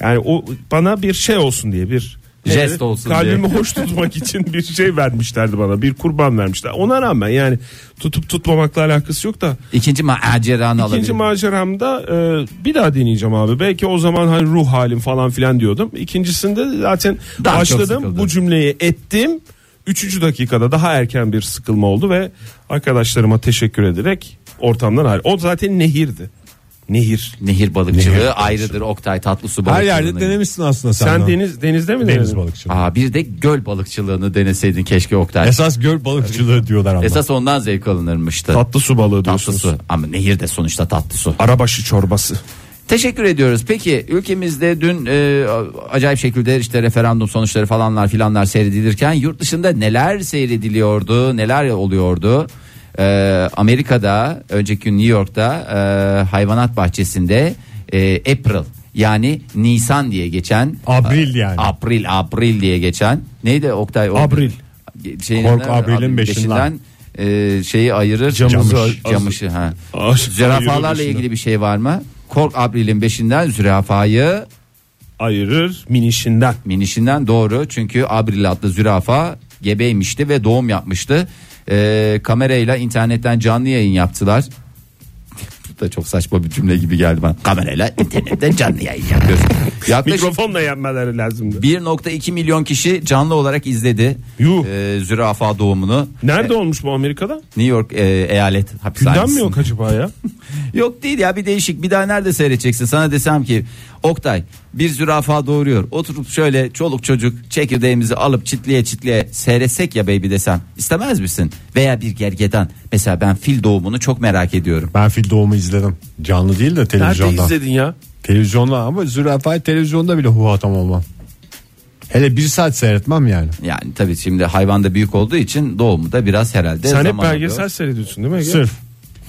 Speaker 4: Yani o bana bir şey olsun diye bir
Speaker 5: Jest
Speaker 4: Evet,
Speaker 5: olsun
Speaker 4: Kalbimi hoş tutmak için bir şey vermişlerdi bana. Bir kurban vermişler. Ona rağmen yani tutup tutmamakla alakası yok da
Speaker 5: İkinci maceranı
Speaker 4: İkinci
Speaker 5: alabilir.
Speaker 4: maceramda e, bir daha deneyeceğim abi. Belki o zaman hani ruh halim falan filan diyordum. İkincisinde zaten
Speaker 5: Daha çok
Speaker 4: başladım
Speaker 5: sıkıldın.
Speaker 4: bu cümleyi ettim. Üçüncü dakikada daha erken bir sıkılma oldu ve arkadaşlarıma teşekkür ederek ortamdan ayrı. O zaten nehirdi. Nehir.
Speaker 5: Nehir balıkçılığı
Speaker 3: Nehir balıkçılığı.
Speaker 5: ayrıdır. Oktay Tatlısu
Speaker 3: Her
Speaker 5: balıkçılığını.
Speaker 3: yerde denemişsin aslında sen.
Speaker 4: Sen
Speaker 3: de.
Speaker 4: deniz denizde mi
Speaker 3: deniz
Speaker 4: denedin?
Speaker 3: balıkçılığı.
Speaker 5: Aa, bir de göl balıkçılığını deneseydin keşke Oktay.
Speaker 3: Esas göl balıkçılığı diyorlar ama.
Speaker 5: Esas ondan zevk alınırmıştı.
Speaker 4: Tatlı su balığı
Speaker 5: Tatlı
Speaker 4: diyorsunuz.
Speaker 5: su ama nehir de sonuçta tatlı su.
Speaker 4: Arabaşı çorbası.
Speaker 5: Teşekkür ediyoruz. Peki ülkemizde dün e, acayip şekilde işte referandum sonuçları falanlar filanlar seyredilirken yurt dışında neler seyrediliyordu, neler oluyordu? E, Amerika'da önceki gün New York'ta e, hayvanat bahçesinde e, April yani Nisan diye geçen e,
Speaker 3: Abril yani.
Speaker 5: April April diye geçen neydi Oktay? O-
Speaker 4: Abril.
Speaker 5: Şeyin-
Speaker 3: Kork April'in beşinden.
Speaker 5: e, şeyi ayırır.
Speaker 3: Camış.
Speaker 5: Camışı ha.
Speaker 4: Ağaç-
Speaker 5: Zürafalarla
Speaker 4: Ayırır
Speaker 5: ilgili bir şey var mı? Kork Abril'in beşinden zürafayı
Speaker 4: Ayırır minişinden.
Speaker 5: minişinden doğru. Çünkü Abril adlı zürafa gebeymişti ve doğum yapmıştı. Ee, kamerayla internetten canlı yayın yaptılar. (laughs) Bu da çok saçma bir cümle gibi geldi bana. Kamerayla internetten canlı yayın yapıyoruz.
Speaker 4: (laughs)
Speaker 5: Yaklaşık
Speaker 4: Mikrofonla yenmeleri lazımdı.
Speaker 5: 1.2 milyon kişi canlı olarak izledi
Speaker 4: Yuh.
Speaker 5: Ee, zürafa doğumunu.
Speaker 4: Nerede olmuş bu Amerika'da?
Speaker 5: New York e, eyalet
Speaker 4: Gündem mi
Speaker 5: hapishanesinde.
Speaker 4: yok acaba ya?
Speaker 5: Yok değil ya bir değişik bir daha nerede seyredeceksin sana desem ki Oktay bir zürafa doğuruyor oturup şöyle çoluk çocuk çekirdeğimizi alıp çitliye çitliye seyretsek ya baby desem istemez misin? Veya bir gergedan mesela ben fil doğumunu çok merak ediyorum.
Speaker 3: Ben fil doğumu izledim. Canlı değil de
Speaker 4: Nerede
Speaker 3: televizyonda.
Speaker 4: izledin ya?
Speaker 3: Televizyonda ama zürafayı televizyonda bile huhatam olmam. Hele bir saat seyretmem yani.
Speaker 5: Yani tabii şimdi hayvan da büyük olduğu için doğumu da biraz herhalde
Speaker 4: Sen hep
Speaker 5: zaman
Speaker 4: belgesel
Speaker 5: alıyor.
Speaker 4: seyrediyorsun değil mi? Ege?
Speaker 3: Sırf.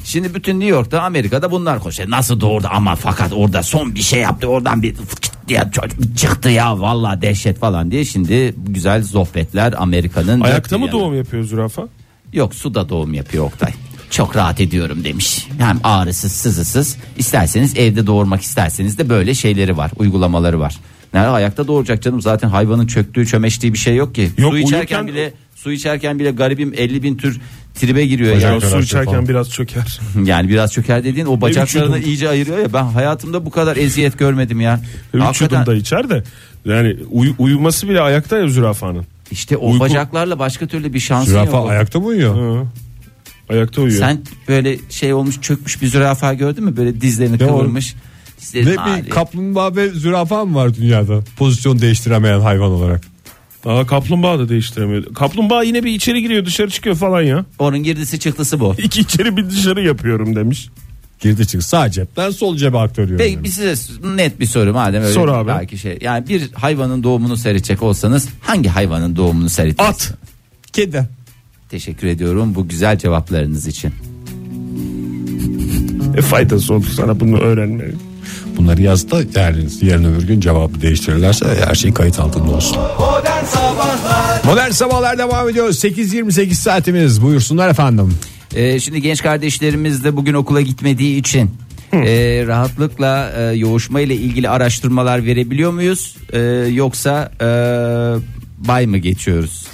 Speaker 5: Şimdi bütün New York'ta Amerika'da bunlar koşuyor. Nasıl doğurdu ama fakat orada son bir şey yaptı. Oradan bir fıçıt diye çocuk çıktı ya valla dehşet falan diye. Şimdi bu güzel sohbetler Amerika'nın.
Speaker 4: Ayakta
Speaker 5: dört bir yanı.
Speaker 4: mı doğum yapıyor zürafa?
Speaker 5: Yok suda doğum yapıyor Oktay. Çok rahat ediyorum demiş. Hem ağrısız sızısız. İsterseniz evde doğurmak isterseniz de böyle şeyleri var. Uygulamaları var. Nerede ayakta doğuracak canım zaten hayvanın çöktüğü çömeştiği bir şey yok ki.
Speaker 4: Yok,
Speaker 5: su içerken
Speaker 4: uyurken-
Speaker 5: bile su içerken bile garibim 50 bin tür tribe giriyor
Speaker 3: Hocam,
Speaker 5: ya.
Speaker 4: Ya su
Speaker 3: Felaket
Speaker 4: içerken
Speaker 3: falan.
Speaker 4: biraz çöker.
Speaker 5: (laughs) Yani biraz çöker dediğin o bacaklarını
Speaker 4: üç yudum.
Speaker 5: iyice ayırıyor ya. Ben hayatımda bu kadar eziyet görmedim ya.
Speaker 4: Üç
Speaker 5: Hakikaten
Speaker 4: yudum da içer de. Yani uy- uyuması bile ayakta ya zürafanın.
Speaker 5: işte o
Speaker 4: Uyku-
Speaker 5: bacaklarla başka türlü bir şansın
Speaker 3: Zürafa
Speaker 5: yok.
Speaker 3: ayakta mı uyuyor?
Speaker 4: Hı. Ayakta uyuyor.
Speaker 5: Sen böyle şey olmuş çökmüş bir zürafa gördün mü? Böyle dizlerini
Speaker 3: o-
Speaker 5: kıvırmış. Dizlerin
Speaker 3: Ne
Speaker 5: ağrıyor.
Speaker 3: bir kaplumbağa ve zürafa mı var dünyada? Pozisyon değiştiremeyen hayvan olarak.
Speaker 4: Aa, kaplumbağa da değiştiremiyor. Kaplumbağa yine bir içeri giriyor dışarı çıkıyor falan ya. (laughs)
Speaker 5: Onun girdisi çıktısı bu.
Speaker 4: İki içeri bir dışarı yapıyorum demiş.
Speaker 3: Girdi çık sağ cepten sol cebe aktarıyor.
Speaker 5: Peki bir size net bir soru madem öyle
Speaker 4: Sor abi.
Speaker 5: belki şey. Yani bir hayvanın doğumunu seyredecek olsanız hangi hayvanın doğumunu
Speaker 3: Ah!
Speaker 5: seyredeceksiniz?
Speaker 4: At.
Speaker 3: Kedi.
Speaker 5: Teşekkür ediyorum bu güzel cevaplarınız için.
Speaker 4: E faydası oldu sana bunu öğrenmenin.
Speaker 3: Bunları yaz da yani yarın öbür gün cevabı değiştirirlerse her şey kayıt altında olsun.
Speaker 2: Modern Sabahlar
Speaker 3: Modern sabahlar devam ediyor. 8.28 saatimiz. Buyursunlar efendim.
Speaker 5: Ee, şimdi genç kardeşlerimiz de bugün okula gitmediği için e, rahatlıkla e, yoğuşma ile ilgili araştırmalar verebiliyor muyuz E, yoksa e, bay mı geçiyoruz?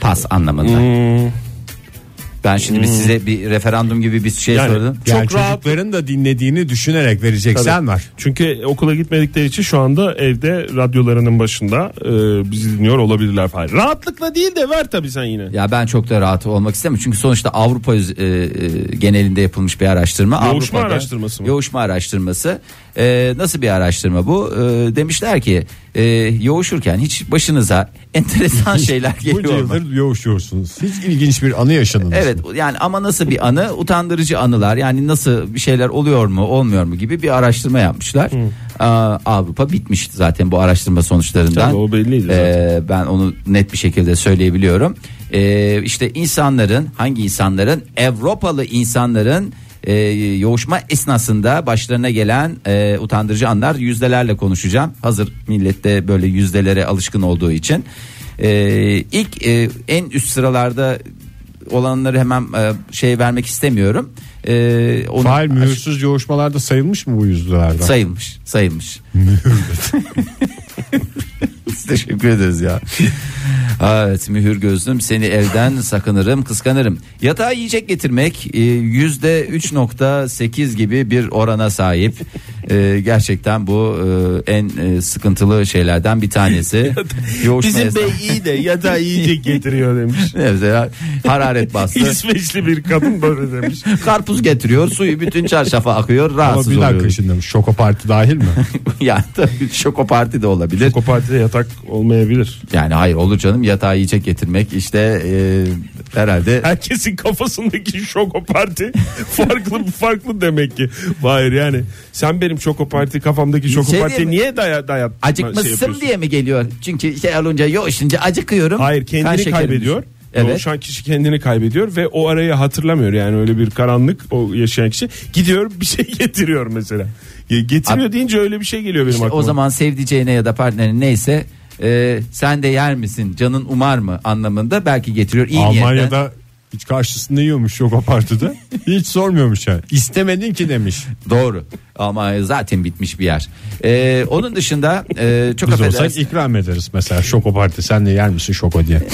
Speaker 5: Pas anlamında. Ben şimdi bir size bir referandum gibi bir şey
Speaker 4: Yani-
Speaker 5: sordum.
Speaker 3: Yani
Speaker 4: Çok rahat-
Speaker 3: çocukların da dinlediğini düşünerek vereceksen var.
Speaker 4: Çünkü okula gitmedikleri için şu anda evde radyolarının başında e, bizi dinliyor olabilirler falan. Rahatlıkla değil de ver tabii
Speaker 5: (laughs)
Speaker 4: sen yine.
Speaker 5: Ya ben çok da rahat olmak istemiyorum. Çünkü sonuçta Avrupa yüz- e, e, genelinde yapılmış bir araştırma.
Speaker 4: Yoğuşma
Speaker 5: Avrupa'da-
Speaker 4: araştırması mı?
Speaker 5: Yoğuşma araştırması. E, nasıl bir araştırma bu? E, demişler ki e, yoğuşurken hiç başınıza (laughs)
Speaker 4: (laughs)
Speaker 5: enteresan şeyler
Speaker 3: Bunca
Speaker 5: geliyor. mu?
Speaker 3: yıldır yoğuşuyorsunuz. Hiç ilginç bir anı yaşadınız.
Speaker 5: Evet yani ama nasıl bir anı utandırıcı anılar yani nasıl bir şeyler oluyor mu olmuyor mu gibi bir araştırma yapmışlar. Aa, Avrupa bitmişti zaten bu araştırma sonuçlarından.
Speaker 4: Tabii, o belliydi zaten.
Speaker 5: Ee, ben onu net bir şekilde söyleyebiliyorum. Ee, işte insanların hangi insanların Avrupalı insanların e, yoğuşma esnasında başlarına gelen e, utandırıcı anlar yüzdelerle konuşacağım. Hazır millette böyle yüzdelere alışkın olduğu için. Ee, ilk e, en üst sıralarda olanları hemen e, şey vermek istemiyorum. Ee, onu-
Speaker 3: Fail mühürsüz yoğuşmalarda sayılmış mı bu yüzlülerden?
Speaker 5: Sayılmış, sayılmış. Teşekkür ederiz ya. Evet mühür gözlüm seni evden sakınırım kıskanırım. Yatağa yiyecek getirmek e, yüzde %3.8 gibi bir orana sahip. e, gerçekten bu e, en e, sıkıntılı şeylerden bir tanesi. Yoğuşma
Speaker 4: Bizim
Speaker 5: esna-
Speaker 4: bey iyi de yatağı iyice getiriyor demiş.
Speaker 5: (laughs) Evet, ya, hararet bastı.
Speaker 4: İsveçli bir kadın böyle (laughs) demiş.
Speaker 5: Karpuz getiriyor suyu bütün çarşafa akıyor
Speaker 3: Ama
Speaker 5: rahatsız
Speaker 3: bir dakika
Speaker 5: (laughs) oluyor.
Speaker 3: şimdi şoko parti dahil mi?
Speaker 5: yani tabii şoko parti de olabilir.
Speaker 4: Kopartide yatak olmayabilir.
Speaker 5: Yani hayır olur canım yatağa yiyecek getirmek işte e, herhalde
Speaker 4: Herkesin kafasındaki şoko parti farklı farklı demek ki. Hayır yani sen benim şoko parti kafamdaki şoko
Speaker 5: Şey
Speaker 4: parti
Speaker 5: diyeyim-
Speaker 4: niye daya dayat şey
Speaker 5: acıkmışsın
Speaker 4: yapıyorsun?
Speaker 5: diye mi geliyor? Çünkü şey alınca yoğuşunca acıkıyorum.
Speaker 4: Hayır
Speaker 5: Kan
Speaker 4: kendini
Speaker 5: şekerim
Speaker 4: kaybediyor.
Speaker 5: düşüyor. Evet.
Speaker 4: Yoğuşan kişi kendini kaybediyor ve o arayı hatırlamıyor yani öyle bir karanlık o yaşayan kişi gidiyor bir şey (laughs) getiriyor mesela. Ge- Getiriyor deyince öyle bir şey geliyor benim aklıma.
Speaker 5: O zaman sevdiceğine ya da partnerin neyse e, sen de yer misin canın umar mı anlamında belki getiriyor. İyi niyetten.
Speaker 3: Almanya'da hiç karşısında yiyormuş şoko (laughs) partide. Hiç sormuyormuş yani. İstemedin ki demiş.
Speaker 5: Doğru. Almanya zaten bitmiş bir yer. E, onun dışında e, çok
Speaker 3: Biz olsak
Speaker 5: affedersin.
Speaker 3: ikram ederiz mesela şoko parti sen de yer misin şoko diye.
Speaker 4: (laughs)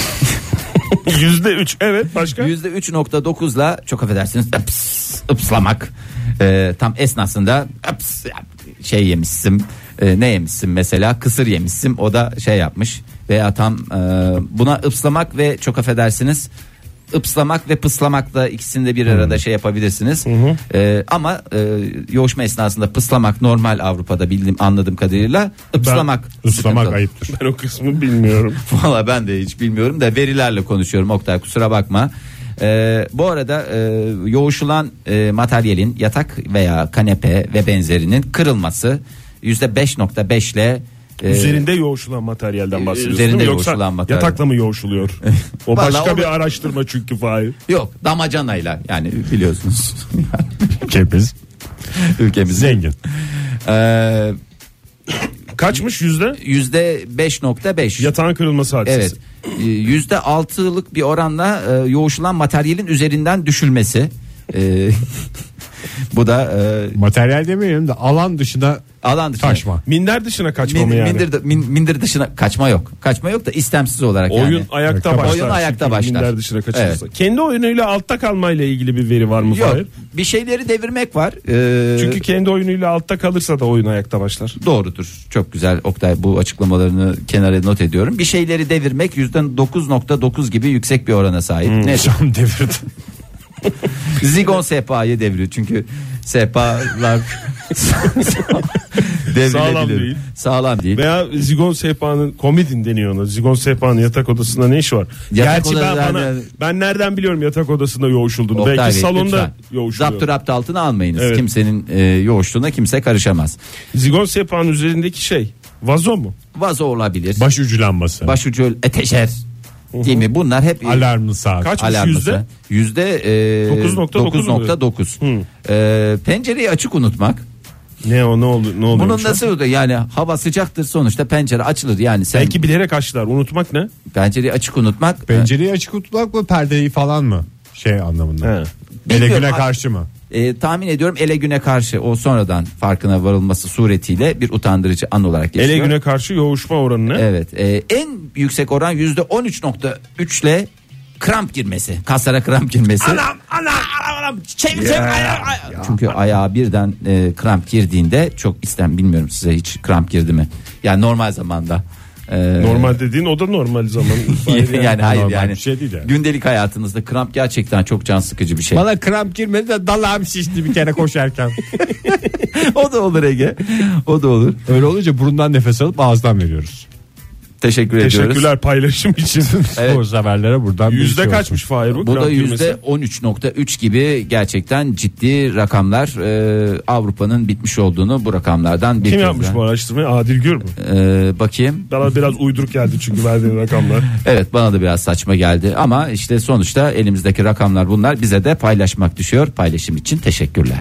Speaker 4: Yüzde üç evet başka.
Speaker 5: %3.9'la çok affedersiniz ıps, ıpslamak. E, tam esnasında ıps, şey yemişsin. E, ne yemişsin mesela? Kısır yemişsin. O da şey yapmış. Veya tam e, buna ıpslamak ve çok affedersiniz ıpslamak ve pıslamak da ikisini de bir arada şey yapabilirsiniz. E, ama e, yoğuşma esnasında pıslamak normal Avrupa'da bildiğim anladığım kadarıyla ıpslamak.
Speaker 3: Islamak
Speaker 5: sıkıntılı.
Speaker 3: ayıptır.
Speaker 4: Ben o kısmı bilmiyorum.
Speaker 5: (laughs) Valla ben de hiç bilmiyorum da verilerle konuşuyorum Oktay kusura bakma. Ee, bu arada e, yoğuşulan e, materyalin yatak veya kanepe ve benzerinin kırılması %5.5 ile e,
Speaker 4: Üzerinde yoğuşulan materyalden bahsediyorsun.
Speaker 5: üzerinde
Speaker 4: değil mi? Yoksa
Speaker 5: yoğuşulan materyal.
Speaker 4: Yatakla
Speaker 5: (laughs)
Speaker 4: mı yoğuşuluyor? O
Speaker 5: Vallahi
Speaker 4: başka
Speaker 5: o-
Speaker 4: bir araştırma çünkü Fahir.
Speaker 5: yok damacanayla yani biliyorsunuz
Speaker 3: (laughs) Hepimiz
Speaker 5: ülkemizde
Speaker 3: zengin.
Speaker 5: Ee,
Speaker 4: Kaçmış yüzde?
Speaker 5: %5.5
Speaker 4: Yatağın kırılması hadisesi.
Speaker 5: Evet. Ee, Yüzde altılık bir oranla e, yoğuşulan materyalin üzerinden düşülmesi. Ee, (laughs) bu da e,
Speaker 3: Materyal demeyelim de alan dışına
Speaker 5: alan dışına.
Speaker 3: taşma.
Speaker 4: Minder dışına kaçma
Speaker 5: Min-
Speaker 4: mı yani?
Speaker 5: mindir, min- mindir dışına kaçma yok. Kaçma yok da istemsiz olarak
Speaker 4: Oyun
Speaker 5: yani.
Speaker 4: ayakta
Speaker 3: Oyun
Speaker 4: başlar.
Speaker 5: ayakta
Speaker 4: çünkü
Speaker 5: başlar.
Speaker 4: Minder dışına kaçırırsa. Kendi oyunuyla altta kalmayla ilgili bir veri var mı
Speaker 5: Yok.
Speaker 4: Fahir?
Speaker 5: Bir şeyleri devirmek var. Ee,
Speaker 4: Çünkü kendi oyunuyla altta kalırsa da oyun ayakta başlar.
Speaker 5: doğrudur. Çok güzel Oktay bu açıklamalarını kenara not ediyorum. Bir şeyleri devirmek %9.9 gibi yüksek bir orana sahip.
Speaker 4: Hmm.
Speaker 3: (laughs)
Speaker 5: Ne?
Speaker 4: (laughs)
Speaker 3: Cam devirdi.
Speaker 5: Zigon sehpayı deviriyor. Çünkü
Speaker 4: (laughs)
Speaker 5: sehpalar devrilebilir.
Speaker 4: Sağlam değil.
Speaker 5: Sağlam değil.
Speaker 4: Veya zigon sehpanın komedin deniyor ona. Zigon sehpanın yatak odasında ne işi var?
Speaker 5: Yatak
Speaker 4: Gerçi ben,
Speaker 5: odası-
Speaker 4: bana, ben nereden biliyorum yatak odasında yoğuşulduğunu.
Speaker 5: Oktay
Speaker 4: Belki
Speaker 5: Bey,
Speaker 4: salonda
Speaker 5: lütfen.
Speaker 4: yoğuşuluyor.
Speaker 5: Zaptı rapt altına almayınız.
Speaker 4: Evet.
Speaker 5: Kimsenin e, yoğuşluğuna kimse karışamaz.
Speaker 4: Zigon sehpanın üzerindeki şey vazo mu?
Speaker 5: Vazo olabilir.
Speaker 3: Baş uculanması.
Speaker 5: başucu eteşer değil mi? Bunlar hep
Speaker 3: Alarmlı saat.
Speaker 4: Kaç?
Speaker 5: alarmısı. Yüzde e,
Speaker 4: 9.9 mu?
Speaker 5: 9.9. E, pencereyi açık unutmak.
Speaker 4: Ne o ne oldu ne oluyor? şey?
Speaker 5: Bunun nasıl oldu? Yani hava sıcaktır sonuçta pencere açılır. Yani sen
Speaker 4: Belki bilerek açtılar. Unutmak ne?
Speaker 5: pencereyi açık unutmak. e,
Speaker 3: Pencereyi açık tutmak mı perdeyi falan mı? Şey anlamında.
Speaker 4: He.
Speaker 3: Ele güne
Speaker 5: Bilmiyorum.
Speaker 3: karşı mı?
Speaker 5: e, tahmin ediyorum ele güne karşı o sonradan farkına varılması suretiyle bir utandırıcı an olarak geçiyor.
Speaker 4: Ele güne karşı yoğuşma oranı ne?
Speaker 5: Evet. e, en yüksek oran yüzde 13.3 ile kramp girmesi. Kaslara kramp girmesi. Çünkü ayağa birden e, kramp girdiğinde çok istem bilmiyorum size hiç kramp girdi mi? Yani normal zamanda. E,
Speaker 4: Normal dediğin o da
Speaker 5: (laughs)
Speaker 4: normal zaman. Hayır
Speaker 5: yani,
Speaker 4: yani.
Speaker 5: hayır
Speaker 3: normal
Speaker 5: yani.
Speaker 3: bir şey değil yani.
Speaker 5: Gündelik hayatınızda kramp gerçekten çok can sıkıcı bir şey.
Speaker 3: Bana kramp girmedi de dalağım şişti bir kere (laughs) koşarken.
Speaker 5: (laughs) o da olur Ege. O da olur.
Speaker 3: Öyle olunca burundan nefes alıp ağızdan veriyoruz. (laughs)
Speaker 5: Teşekkür ediyoruz.
Speaker 4: Teşekkürler paylaşım için.
Speaker 5: Evet.
Speaker 3: Spor severlere buradan bir şey
Speaker 4: (laughs) Yüzde
Speaker 3: olsun.
Speaker 4: kaçmış Fahir bu?
Speaker 5: Bu
Speaker 4: kramp
Speaker 5: da
Speaker 4: girmesi?
Speaker 5: yüzde 13.3 gibi gerçekten ciddi rakamlar Ee, Avrupa'nın bitmiş olduğunu bu rakamlardan bir
Speaker 4: Kim
Speaker 5: kez
Speaker 4: yapmış
Speaker 5: daha-
Speaker 4: bu araştırmayı? Adil Gür mü?
Speaker 5: Ee, bakayım.
Speaker 4: Bana biraz uyduruk geldi çünkü
Speaker 5: (laughs)
Speaker 4: verdiğin rakamlar.
Speaker 5: Evet bana da biraz saçma geldi ama işte sonuçta elimizdeki rakamlar bunlar bize de paylaşmak düşüyor. Paylaşım için teşekkürler.